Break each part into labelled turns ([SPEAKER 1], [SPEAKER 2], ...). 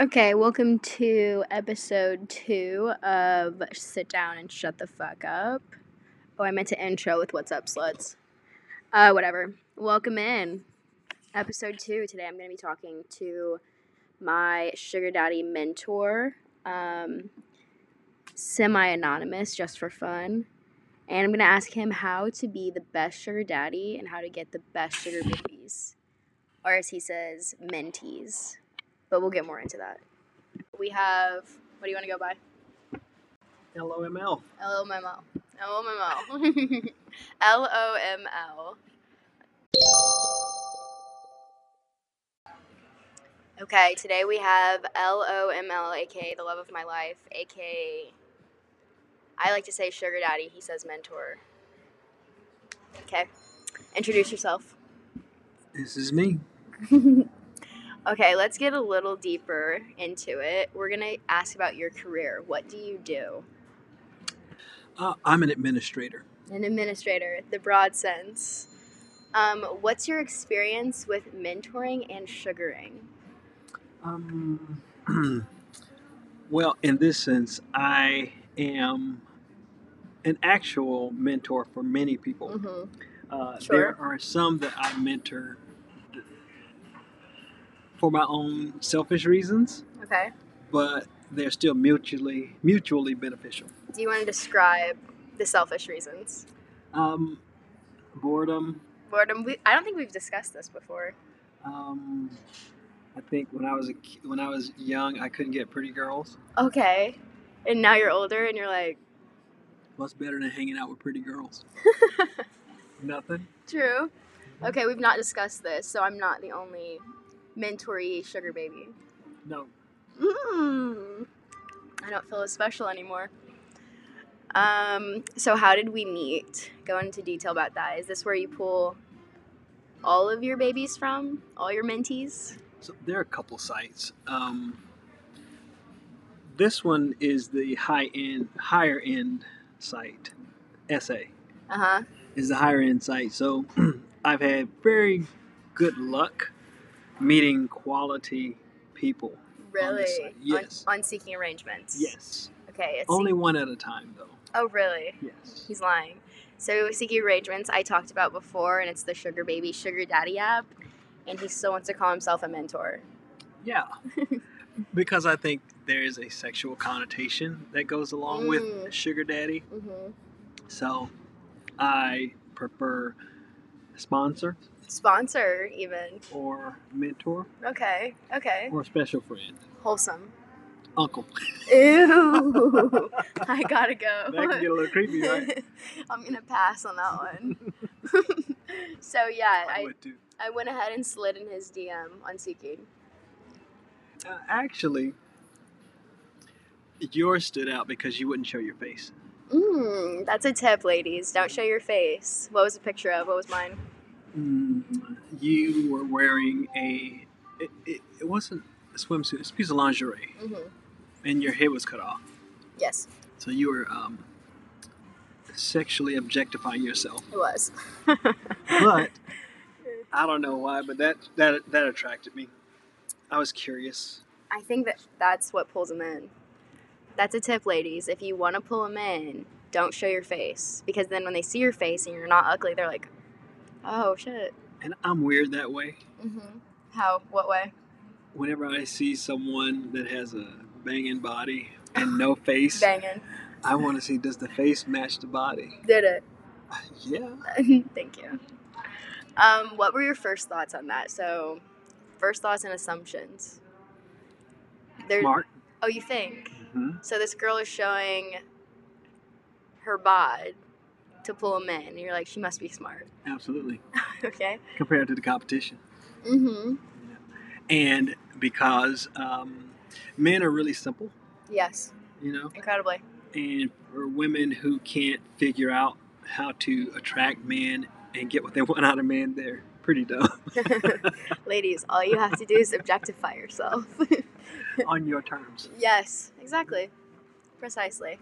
[SPEAKER 1] Okay, welcome to episode two of Sit Down and Shut the Fuck Up. Oh, I meant to intro with What's Up, Sluts. Uh, whatever. Welcome in. Episode two. Today I'm going to be talking to my sugar daddy mentor, um, semi anonymous, just for fun. And I'm going to ask him how to be the best sugar daddy and how to get the best sugar babies. Or as he says, mentees but we'll get more into that. We have what do you want to go by?
[SPEAKER 2] LOML.
[SPEAKER 1] LOML. LOML. LOML. Okay, today we have LOML, aka the love of my life, aka I like to say sugar daddy, he says mentor. Okay, introduce yourself.
[SPEAKER 2] This is me.
[SPEAKER 1] Okay, let's get a little deeper into it. We're gonna ask about your career. What do you do?
[SPEAKER 2] Uh, I'm an administrator.
[SPEAKER 1] An administrator, the broad sense. Um, what's your experience with mentoring and sugaring?
[SPEAKER 2] Um, well, in this sense, I am an actual mentor for many people.
[SPEAKER 1] Mm-hmm.
[SPEAKER 2] Uh,
[SPEAKER 1] Sure.
[SPEAKER 2] There are some that I mentor for my own selfish reasons,
[SPEAKER 1] Okay.
[SPEAKER 2] but they're still mutually mutually beneficial.
[SPEAKER 1] Do you want to describe the selfish reasons?
[SPEAKER 2] Um, boredom.
[SPEAKER 1] Boredom. We, I don't think we've discussed this before.
[SPEAKER 2] Um, I think when I was a, ki- when I was young, I couldn't get pretty girls.
[SPEAKER 1] Okay. And now you're older, and you're like,
[SPEAKER 2] What's better than hanging out with pretty girls? Nothing.
[SPEAKER 1] true. Okay, we've not discussed this, so I'm not the only mentoree sugar baby.
[SPEAKER 2] No.
[SPEAKER 1] Mm. I don't feel as special anymore. Um, so how did we meet? Go into detail about that. Is this where you pull all of your babies from? All your mentees?
[SPEAKER 2] So there are a couple sites. Um, this one is the high end, higher end site. SA
[SPEAKER 1] Uh-huh.
[SPEAKER 2] is the higher end site. So I've had very good luck meeting quality people.
[SPEAKER 1] Really?
[SPEAKER 2] side, yes.
[SPEAKER 1] On, on seeking arrangements.
[SPEAKER 2] Yes.
[SPEAKER 1] Okay. It's
[SPEAKER 2] Only one at a time, though.
[SPEAKER 1] oh really?
[SPEAKER 2] Yes.
[SPEAKER 1] He's lying. So seeking arrangements I talked about before and it's the sugar baby, sugar daddy app. And he still wants to call himself a mentor.
[SPEAKER 2] Yeah. because I think there is a sexual connotation that goes along
[SPEAKER 1] Mm.
[SPEAKER 2] with sugar daddy.
[SPEAKER 1] Mm-hmm.
[SPEAKER 2] So I prefer sponsor
[SPEAKER 1] Sponsor even.
[SPEAKER 2] or mentor
[SPEAKER 1] Okay. Okay.
[SPEAKER 2] or special friend,
[SPEAKER 1] Wholesome.
[SPEAKER 2] uncle.
[SPEAKER 1] Ew. I gotta
[SPEAKER 2] That can
[SPEAKER 1] go.
[SPEAKER 2] get a little creepy, right?
[SPEAKER 1] I'm gonna pass on that one. so yeah,
[SPEAKER 2] I
[SPEAKER 1] I,
[SPEAKER 2] would too.
[SPEAKER 1] I went ahead and slid in his DM on Seeking.
[SPEAKER 2] Uh, actually, yours stood out because you wouldn't show your face.
[SPEAKER 1] Mm, that's a tip, ladies. Don't show your face. What was the picture of? What was mine?
[SPEAKER 2] Mm, you were wearing a. It, it, it wasn't a swimsuit. It's a piece of lingerie,
[SPEAKER 1] Mm-hmm.
[SPEAKER 2] and your head was cut off.
[SPEAKER 1] Yes,
[SPEAKER 2] So you were um, sexually objectifying yourself.
[SPEAKER 1] it was.
[SPEAKER 2] but I don't know why, but that that that attracted me. I was curious.
[SPEAKER 1] I think that that's what pulls him in. That's a tip, ladies. If you want to pull him in, don't show your face because then when they see your face and you're not ugly, they're like, "Oh shit."
[SPEAKER 2] And I'm weird that way.
[SPEAKER 1] Mm-hmm. How? What way?
[SPEAKER 2] Whenever I see someone that has a banging body and no face,
[SPEAKER 1] Banging.
[SPEAKER 2] I want to see does the face match the body?
[SPEAKER 1] Did it.
[SPEAKER 2] Yeah.
[SPEAKER 1] Thank you. Um, what were your first thoughts on that? So, first thoughts and assumptions. There.
[SPEAKER 2] Smart.
[SPEAKER 1] Oh, you think?
[SPEAKER 2] Mhm.
[SPEAKER 1] So this girl is showing her bod to pull him in, and you're like, she must be smart.
[SPEAKER 2] Absolutely.
[SPEAKER 1] okay.
[SPEAKER 2] Compared to the competition.
[SPEAKER 1] Mm-hmm.
[SPEAKER 2] And because um, men are really simple,
[SPEAKER 1] Yes.
[SPEAKER 2] you know,
[SPEAKER 1] Incredibly.
[SPEAKER 2] and for women who can't figure out how to attract men and get what they want out of men, they're pretty dumb.
[SPEAKER 1] Ladies, all you have to do is objectify yourself.
[SPEAKER 2] on your terms.
[SPEAKER 1] yes. Exactly. Precisely.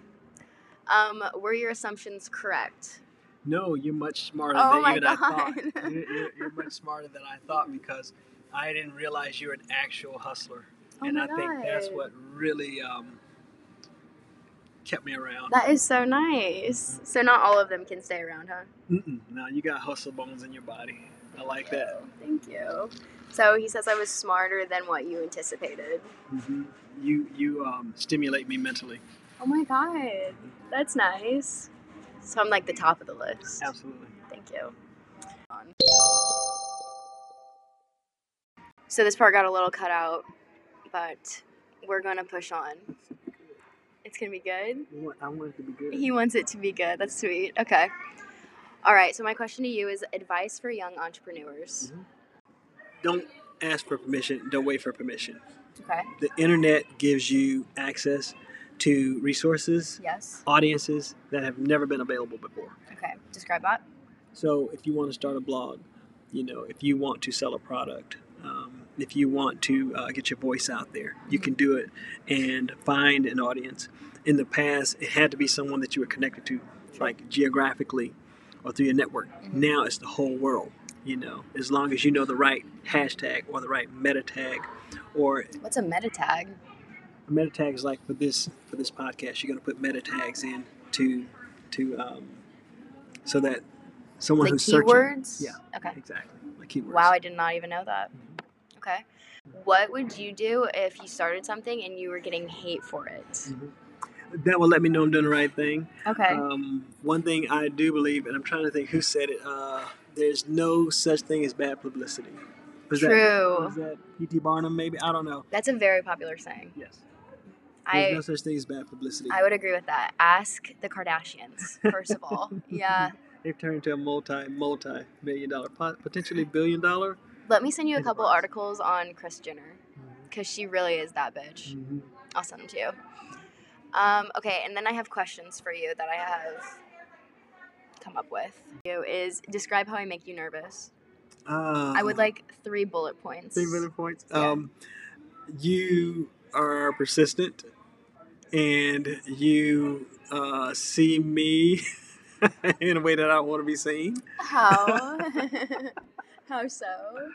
[SPEAKER 1] Um, were your assumptions correct?
[SPEAKER 2] No, you're much smarter
[SPEAKER 1] Oh
[SPEAKER 2] than
[SPEAKER 1] my
[SPEAKER 2] even I thought.
[SPEAKER 1] God.
[SPEAKER 2] You're, you're, you're much smarter than I thought because I didn't realize you're an actual hustler.
[SPEAKER 1] Oh
[SPEAKER 2] and
[SPEAKER 1] my
[SPEAKER 2] I think that's
[SPEAKER 1] God.
[SPEAKER 2] what really um, kept me around.
[SPEAKER 1] That is so nice. So not all of them can stay around, huh?
[SPEAKER 2] Mm-mm, now you got hustle bones in your body. I like that.
[SPEAKER 1] Thank you. So he says I was smarter than what you anticipated.
[SPEAKER 2] hmm You you um, stimulate me mentally.
[SPEAKER 1] Oh my god, that's nice. So I'm like the top of the list.
[SPEAKER 2] Absolutely.
[SPEAKER 1] Thank you. So this part got a little cut out, but we're gonna push on. It's gonna be good.
[SPEAKER 2] I want, I want it to be good.
[SPEAKER 1] He wants it to be good. That's sweet. Okay. All right. So my question to you is advice for young entrepreneurs.
[SPEAKER 2] don't ask for permission. Don't wait for permission.
[SPEAKER 1] Okay.
[SPEAKER 2] The internet gives you access to resources,
[SPEAKER 1] Yes.
[SPEAKER 2] audiences that have never been available before.
[SPEAKER 1] Okay. Describe that.
[SPEAKER 2] So if you want to start a blog, you know, if you want to sell a product, um, if you want to uh, get your voice out there, you can do it and find an audience. In the past, it had to be someone that you were connected to, like geographically or through your network.
[SPEAKER 1] Mhm.
[SPEAKER 2] Now it's the whole world, you know, as long as you know the right hashtag or the right meta tag or
[SPEAKER 1] What's a meta tag?
[SPEAKER 2] meta tags like for this for this podcast you're going to put meta tags in to to um, so that someone
[SPEAKER 1] Like
[SPEAKER 2] who's searching
[SPEAKER 1] keywords?
[SPEAKER 2] Yeah.
[SPEAKER 1] Okay.
[SPEAKER 2] Exactly. Like keywords. Mm-hmm.
[SPEAKER 1] Wow, I did not even know that. Okay. What would you do if you started something and you were getting hate for
[SPEAKER 2] Mm-hmm.
[SPEAKER 1] it?
[SPEAKER 2] That will let me know I'm doing the right thing.
[SPEAKER 1] Okay.
[SPEAKER 2] Um, one thing I do believe, and I'm trying to think who said it, uh, there's no such thing as bad publicity. Was
[SPEAKER 1] True.
[SPEAKER 2] that was that P.T. Barnum maybe? I don't know.
[SPEAKER 1] That's a very popular saying.
[SPEAKER 2] Yes. There's
[SPEAKER 1] I
[SPEAKER 2] no such thing as bad publicity.
[SPEAKER 1] I would agree with that. Ask the Kardashians, first of all. Yeah.
[SPEAKER 2] They've turned into a multi, multi million dollar, pot- potentially billion dollar.
[SPEAKER 1] Let me send you a couple
[SPEAKER 2] Enterprise.
[SPEAKER 1] articles on Kris Jenner
[SPEAKER 2] Mm-hmm.
[SPEAKER 1] because she really is that bitch.
[SPEAKER 2] Mhm.
[SPEAKER 1] I'll send them to you. Um, okay, and then I have questions for you that I have come up with. You Is describe how I make you nervous.
[SPEAKER 2] Uh,
[SPEAKER 1] I would like three bullet points.
[SPEAKER 2] Three bullet points.
[SPEAKER 1] Yeah.
[SPEAKER 2] Um, you are persistent, and you uh, see me in a way that I don't want to be seen.
[SPEAKER 1] How? how so?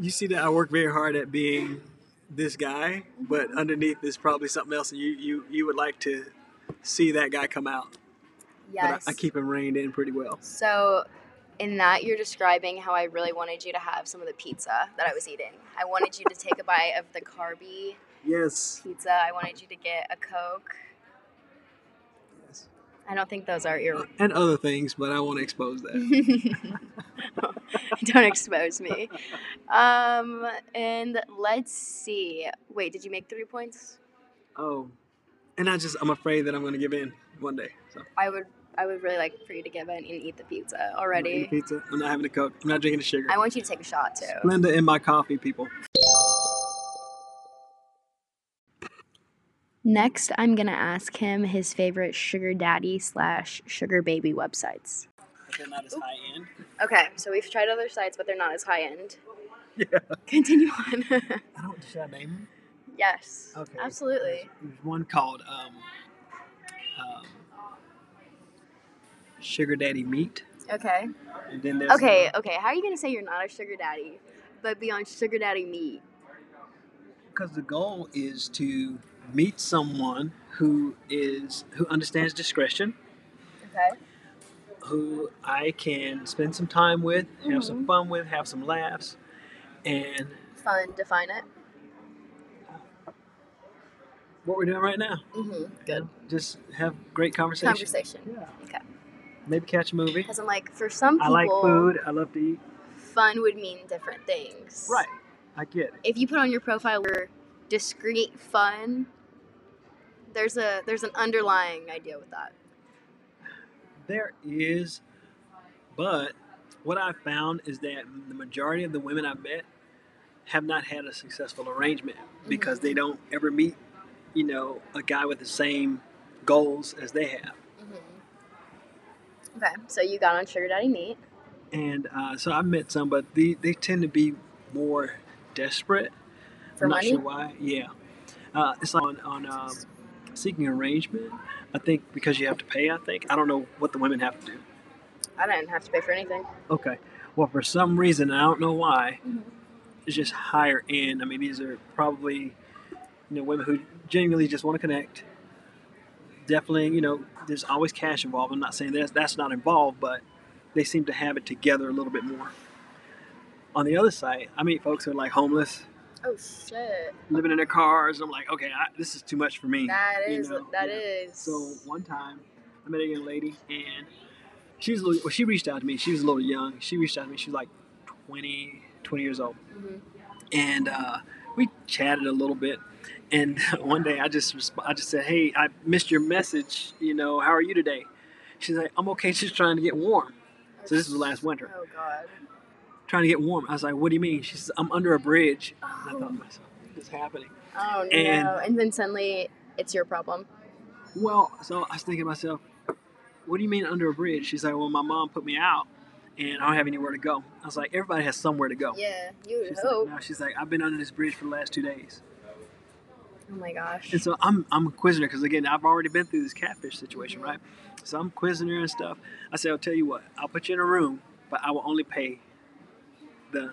[SPEAKER 2] You see that I work very hard at being this guy,
[SPEAKER 1] Mm-hmm.
[SPEAKER 2] but underneath is probably something else, and you you you would like to see that guy come out.
[SPEAKER 1] Yes.
[SPEAKER 2] But I, I keep him reined in pretty well.
[SPEAKER 1] So, in that, you're describing how I really wanted you to have some of the pizza that I was eating. I wanted you to take a bite of the carby
[SPEAKER 2] Yes.
[SPEAKER 1] pizza. I wanted you to get a Coke.
[SPEAKER 2] yes.
[SPEAKER 1] I don't think those are your.
[SPEAKER 2] And other things, but I won't expose
[SPEAKER 1] Mm-hmm.
[SPEAKER 2] that.
[SPEAKER 1] don't expose me. Um, and let's see. Wait, did you make three points?
[SPEAKER 2] Oh, and I just I'm afraid that I'm going to give in one day. So.
[SPEAKER 1] I would. I would really like for you to give in and eat the pizza
[SPEAKER 2] I'm not eating
[SPEAKER 1] already.
[SPEAKER 2] Pizza. I'm not having a coke. I'm not drinking the sugar.
[SPEAKER 1] I want you to take a shot too.
[SPEAKER 2] Splenda in my coffee, people.
[SPEAKER 1] Next, I'm gonna ask him his favorite sugar daddy slash sugar baby websites.
[SPEAKER 2] They're not as high end.
[SPEAKER 1] Okay, so we've tried other sites, but they're not as high end.
[SPEAKER 2] Yeah.
[SPEAKER 1] Continue on.
[SPEAKER 2] I don't. Should I name them?
[SPEAKER 1] yes.
[SPEAKER 2] Okay.
[SPEAKER 1] Absolutely.
[SPEAKER 2] There's, there's one called um, um, Sugar Daddy Meat,
[SPEAKER 1] Okay.
[SPEAKER 2] and then there's
[SPEAKER 1] Okay. Okay. How are you gonna say you're not a sugar daddy, but be on sugar daddy meat?
[SPEAKER 2] because the goal is to meet someone who is who understands discretion,
[SPEAKER 1] Okay.
[SPEAKER 2] who I can spend some time with, have some
[SPEAKER 1] Mhm.
[SPEAKER 2] fun with, have some laughs, and
[SPEAKER 1] Fun. Define it.
[SPEAKER 2] what we're doing right now.
[SPEAKER 1] Mm-hmm.
[SPEAKER 2] Just have great conversation.
[SPEAKER 1] Conversation.
[SPEAKER 2] Yeah.
[SPEAKER 1] Okay.
[SPEAKER 2] Maybe catch a movie.
[SPEAKER 1] Because I'm like, for some
[SPEAKER 2] I
[SPEAKER 1] people,
[SPEAKER 2] like food. I love to eat.
[SPEAKER 1] fun would mean different things.
[SPEAKER 2] Right. I get it.
[SPEAKER 1] if you put on your profile word discreet fun there's a there's an underlying idea with that
[SPEAKER 2] There is, but what I found is that the majority of the women I've met have not had a successful arrangement
[SPEAKER 1] Mm-hmm.
[SPEAKER 2] because they don't ever meet, you know, a guy with the same goals as they have.
[SPEAKER 1] okay so you got on sugar daddy meat
[SPEAKER 2] And uh, so I've met some, but they, they tend to be more desperate.
[SPEAKER 1] for
[SPEAKER 2] I'm not
[SPEAKER 1] money
[SPEAKER 2] sure why. Yeah. Uh, it's like on, on um, seeking arrangement. I think because you have to pay, I think. I don't know what the women have to do.
[SPEAKER 1] i didn't have to pay for anything
[SPEAKER 2] Okay. Well, for some reason, I don't know why, is just higher end. I mean, these are probably you know women who genuinely just want to connect. Definitely, you know, there's always cash involved. I'm not saying that's that's not involved, but they seem to have it together a little bit more. On the other side, I meet folks who are like homeless,
[SPEAKER 1] Oh shit.
[SPEAKER 2] living in their cars. I'm like, okay, I, this is too much for me.
[SPEAKER 1] That
[SPEAKER 2] Mm, you
[SPEAKER 1] is
[SPEAKER 2] know,
[SPEAKER 1] that
[SPEAKER 2] yeah.
[SPEAKER 1] is. Oh,
[SPEAKER 2] So one time, I met a young lady, and she was a little, well, she reached out to me. She was a little young. She reached out to me. She was like 20, 20 years old,
[SPEAKER 1] Mhm.
[SPEAKER 2] and uh, we chatted a little bit. And one day, I just resp- I just said, "Hey, I missed your message. You know, how are you today?" She's like, "I'm okay. Just trying to get warm." So this was last winter.
[SPEAKER 1] Oh god.
[SPEAKER 2] Trying to get warm. I was like, "What do you mean?" She says, "I'm under a bridge." And I thought to
[SPEAKER 1] Oh,
[SPEAKER 2] myself, "What's happening?"
[SPEAKER 1] oh
[SPEAKER 2] And-
[SPEAKER 1] no. And then suddenly it's your problem.
[SPEAKER 2] Well, so I was thinking to myself, what do you mean under a bridge? She's like, well, my mom put me out and I don't have anywhere to go. I was like, everybody has somewhere to go.
[SPEAKER 1] Yeah, you would
[SPEAKER 2] Oh. She's
[SPEAKER 1] hope.
[SPEAKER 2] like, no, she's like, I've been under this bridge for the last two days.
[SPEAKER 1] Oh my gosh.
[SPEAKER 2] And so I'm, I'm quizzing her because, again, I've already been through this catfish situation,
[SPEAKER 1] Mhm.
[SPEAKER 2] right? So I'm quizzing her and stuff. I said, I'll tell you what, I'll put you in a room, but I will only pay the,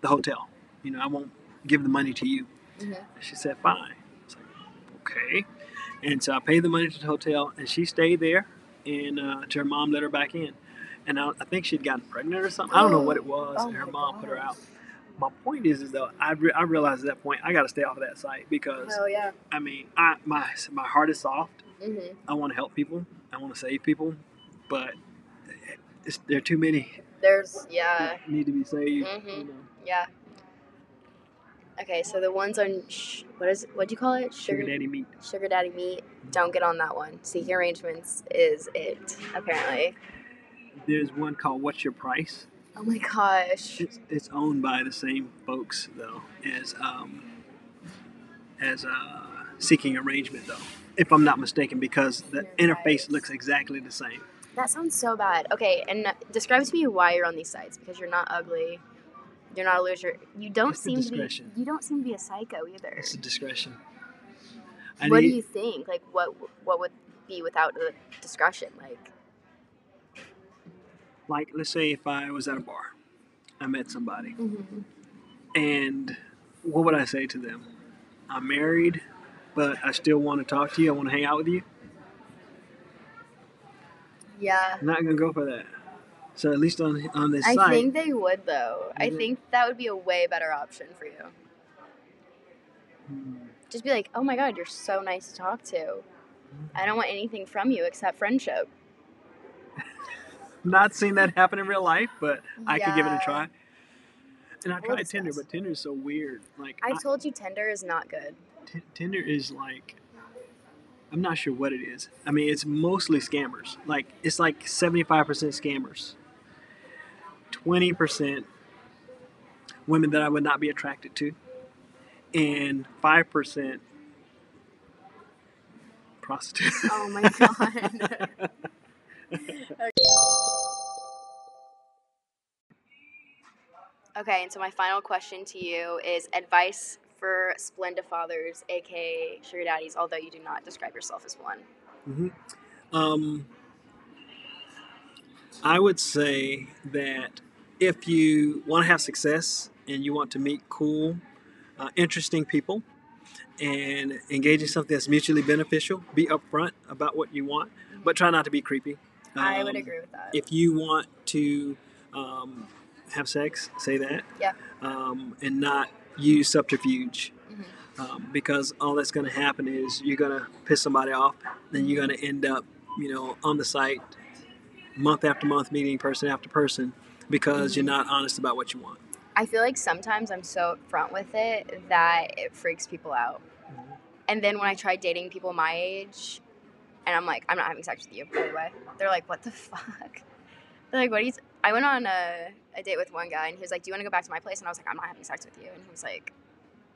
[SPEAKER 2] the hotel. You know, I won't give the money to you.
[SPEAKER 1] Mhm.
[SPEAKER 2] And she said, fine. I was like, okay. And so I paid the money to the hotel, and she stayed there, and uh, till her mom let her back in. And I, I think she'd gotten pregnant or something. I don't know what it was,
[SPEAKER 1] Oh
[SPEAKER 2] and her
[SPEAKER 1] my
[SPEAKER 2] mom put her
[SPEAKER 1] gosh.
[SPEAKER 2] out. My point is, is though, I, re- I realized at that point I got to stay off of that site because
[SPEAKER 1] Hell yeah.
[SPEAKER 2] I mean, I my my heart is soft.
[SPEAKER 1] Mhm.
[SPEAKER 2] I want to help people. I want to save people, but it's, there are too many
[SPEAKER 1] There's
[SPEAKER 2] that
[SPEAKER 1] yeah.
[SPEAKER 2] need to be saved. You
[SPEAKER 1] Mhm.
[SPEAKER 2] know.
[SPEAKER 1] Yeah. Okay, so the ones on sh- what is what do you call it?
[SPEAKER 2] Sugar daddy meat.
[SPEAKER 1] Sugar Daddy Meat, don't get on that one. Seeking Arrangements is it, apparently.
[SPEAKER 2] There's one called What's Your Price.
[SPEAKER 1] Oh my gosh.
[SPEAKER 2] It's, it's owned by the same folks though as um, as uh, Seeking Arrangement though, if I'm not mistaken, because the
[SPEAKER 1] Interface.
[SPEAKER 2] interface looks exactly the same.
[SPEAKER 1] That sounds so bad. Okay, and describe to me why you're on these sites because you're not ugly. You're not a loser. You don't
[SPEAKER 2] It's the
[SPEAKER 1] seem to be
[SPEAKER 2] discretion.
[SPEAKER 1] you don't seem to be a psycho either.
[SPEAKER 2] It's a discretion. I
[SPEAKER 1] what
[SPEAKER 2] need,
[SPEAKER 1] do you think? Like what what would be without the discretion? Like
[SPEAKER 2] like let's say if I was at a bar, I met somebody,
[SPEAKER 1] Mm-hmm.
[SPEAKER 2] and what would I say to them? I'm married, but I still want to talk to you. I want to hang out with you.
[SPEAKER 1] yeah.
[SPEAKER 2] I'm not gonna go for that. So at least on on this
[SPEAKER 1] I
[SPEAKER 2] site,
[SPEAKER 1] think they would though. I
[SPEAKER 2] Mhm.
[SPEAKER 1] think that would be a way better option for you.
[SPEAKER 2] Hmm.
[SPEAKER 1] Just be like, "Oh my god, you're so nice to talk to. I don't want anything from you except friendship."
[SPEAKER 2] not seen that happen in real life, but I could give it a
[SPEAKER 1] Yeah.
[SPEAKER 2] try. And I
[SPEAKER 1] We'll
[SPEAKER 2] tried Tinder,
[SPEAKER 1] discuss.
[SPEAKER 2] but Tinder is so weird. Like
[SPEAKER 1] I
[SPEAKER 2] I
[SPEAKER 1] told you Tinder is not good.
[SPEAKER 2] T- Tinder is like I'm not sure what it is. I mean, it's mostly scammers. Like it's like 75% scammers, 20% women that I would not be attracted to, and 5% prostitutes.
[SPEAKER 1] Oh my god. okay, and so my final question to you is advice for Splenda fathers, aka sugar daddies, although you do not describe yourself as one.
[SPEAKER 2] Mhm. Um, I would say that if you want to have success and you want to meet cool, uh, interesting people and engage in something that's mutually beneficial, be upfront about what you want, but try not to be creepy.
[SPEAKER 1] I would
[SPEAKER 2] Um,
[SPEAKER 1] agree with that.
[SPEAKER 2] If you want to um, have sex, say that.
[SPEAKER 1] Yeah.
[SPEAKER 2] Um, and not use subterfuge
[SPEAKER 1] Mhm.
[SPEAKER 2] um, because all that's going to happen is you're going to piss somebody off, then you're going to end up, you know, on the site month after month, meeting person after person because you're
[SPEAKER 1] Mm-hmm.
[SPEAKER 2] not honest about what you want.
[SPEAKER 1] I feel like sometimes I'm so upfront with it that it freaks people out.
[SPEAKER 2] Mm-hmm.
[SPEAKER 1] And then when I try dating people my age, and I'm like, I'm not having sex with you, by the way. They're like, what the fuck? They're like, what are you? T-? I went on a, a date with one guy, and he was like, do you want to go back to my place? And I was like, I'm not having sex with you. And he was like,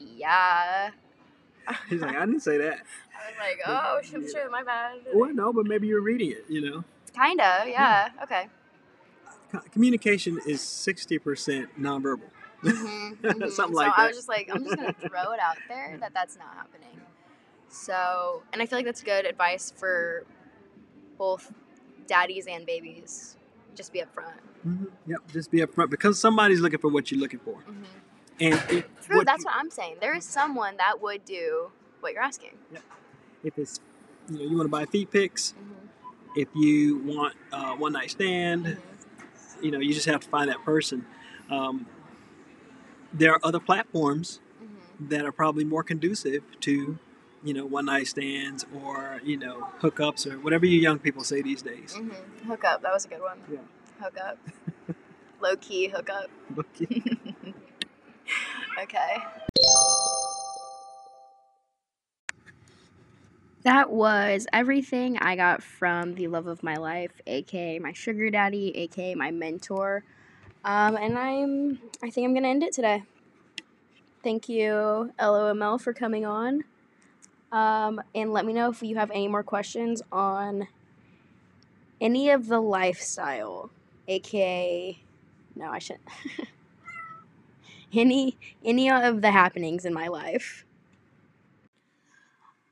[SPEAKER 1] yeah. I
[SPEAKER 2] He's like, I didn't say that.
[SPEAKER 1] was like, oh, shit, sure, my bad.
[SPEAKER 2] Well, no, but maybe you're reading it, you know.
[SPEAKER 1] Kind of, yeah. Okay.
[SPEAKER 2] Co- Communication is 60% nonverbal.
[SPEAKER 1] Mhm, mhm.
[SPEAKER 2] Something
[SPEAKER 1] so
[SPEAKER 2] like
[SPEAKER 1] I
[SPEAKER 2] that.
[SPEAKER 1] was just like, I'm just gonna throw it out there that that's not happening. So, and I feel like that's good advice for both daddies and babies. Just be upfront.
[SPEAKER 2] Mm-hmm. Mhm. Yep, just be upfront because somebody's looking for what you're looking for.
[SPEAKER 1] Mm-hmm.
[SPEAKER 2] And it,
[SPEAKER 1] True,
[SPEAKER 2] what
[SPEAKER 1] that's
[SPEAKER 2] you-
[SPEAKER 1] what I'm saying. There is someone that would do what you're asking.
[SPEAKER 2] if it's you know you want to buy feet pics, if you want uh, one night stand, you know you just have to find that person. Um, there are other platforms
[SPEAKER 1] Mm-hmm,
[SPEAKER 2] that are probably more conducive to you know one night stands or you know hookups or whatever you young people say these days.
[SPEAKER 1] Mm-hmm. Hook up. That was a good one.
[SPEAKER 2] Yeah.
[SPEAKER 1] Hook up. Low key hook up. Okay. That was everything I got from the love of my life, aka my sugar daddy, aka my mentor. Um, and I'm, I think I'm gonna end it today. Thank you, LOML, for coming on. Um, and let me know if you have any more questions on any of the lifestyle, aka, no, I shouldn't. any any of the happenings in my life.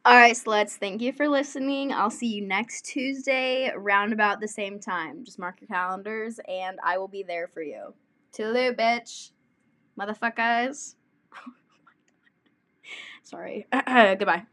[SPEAKER 1] All right, sluts, thank you for listening. I'll see you next Tuesday, round about the same time. Just mark your calendars and I will be there for you. Toodaloo, bitch. Motherfuckers. Sorry. Goodbye.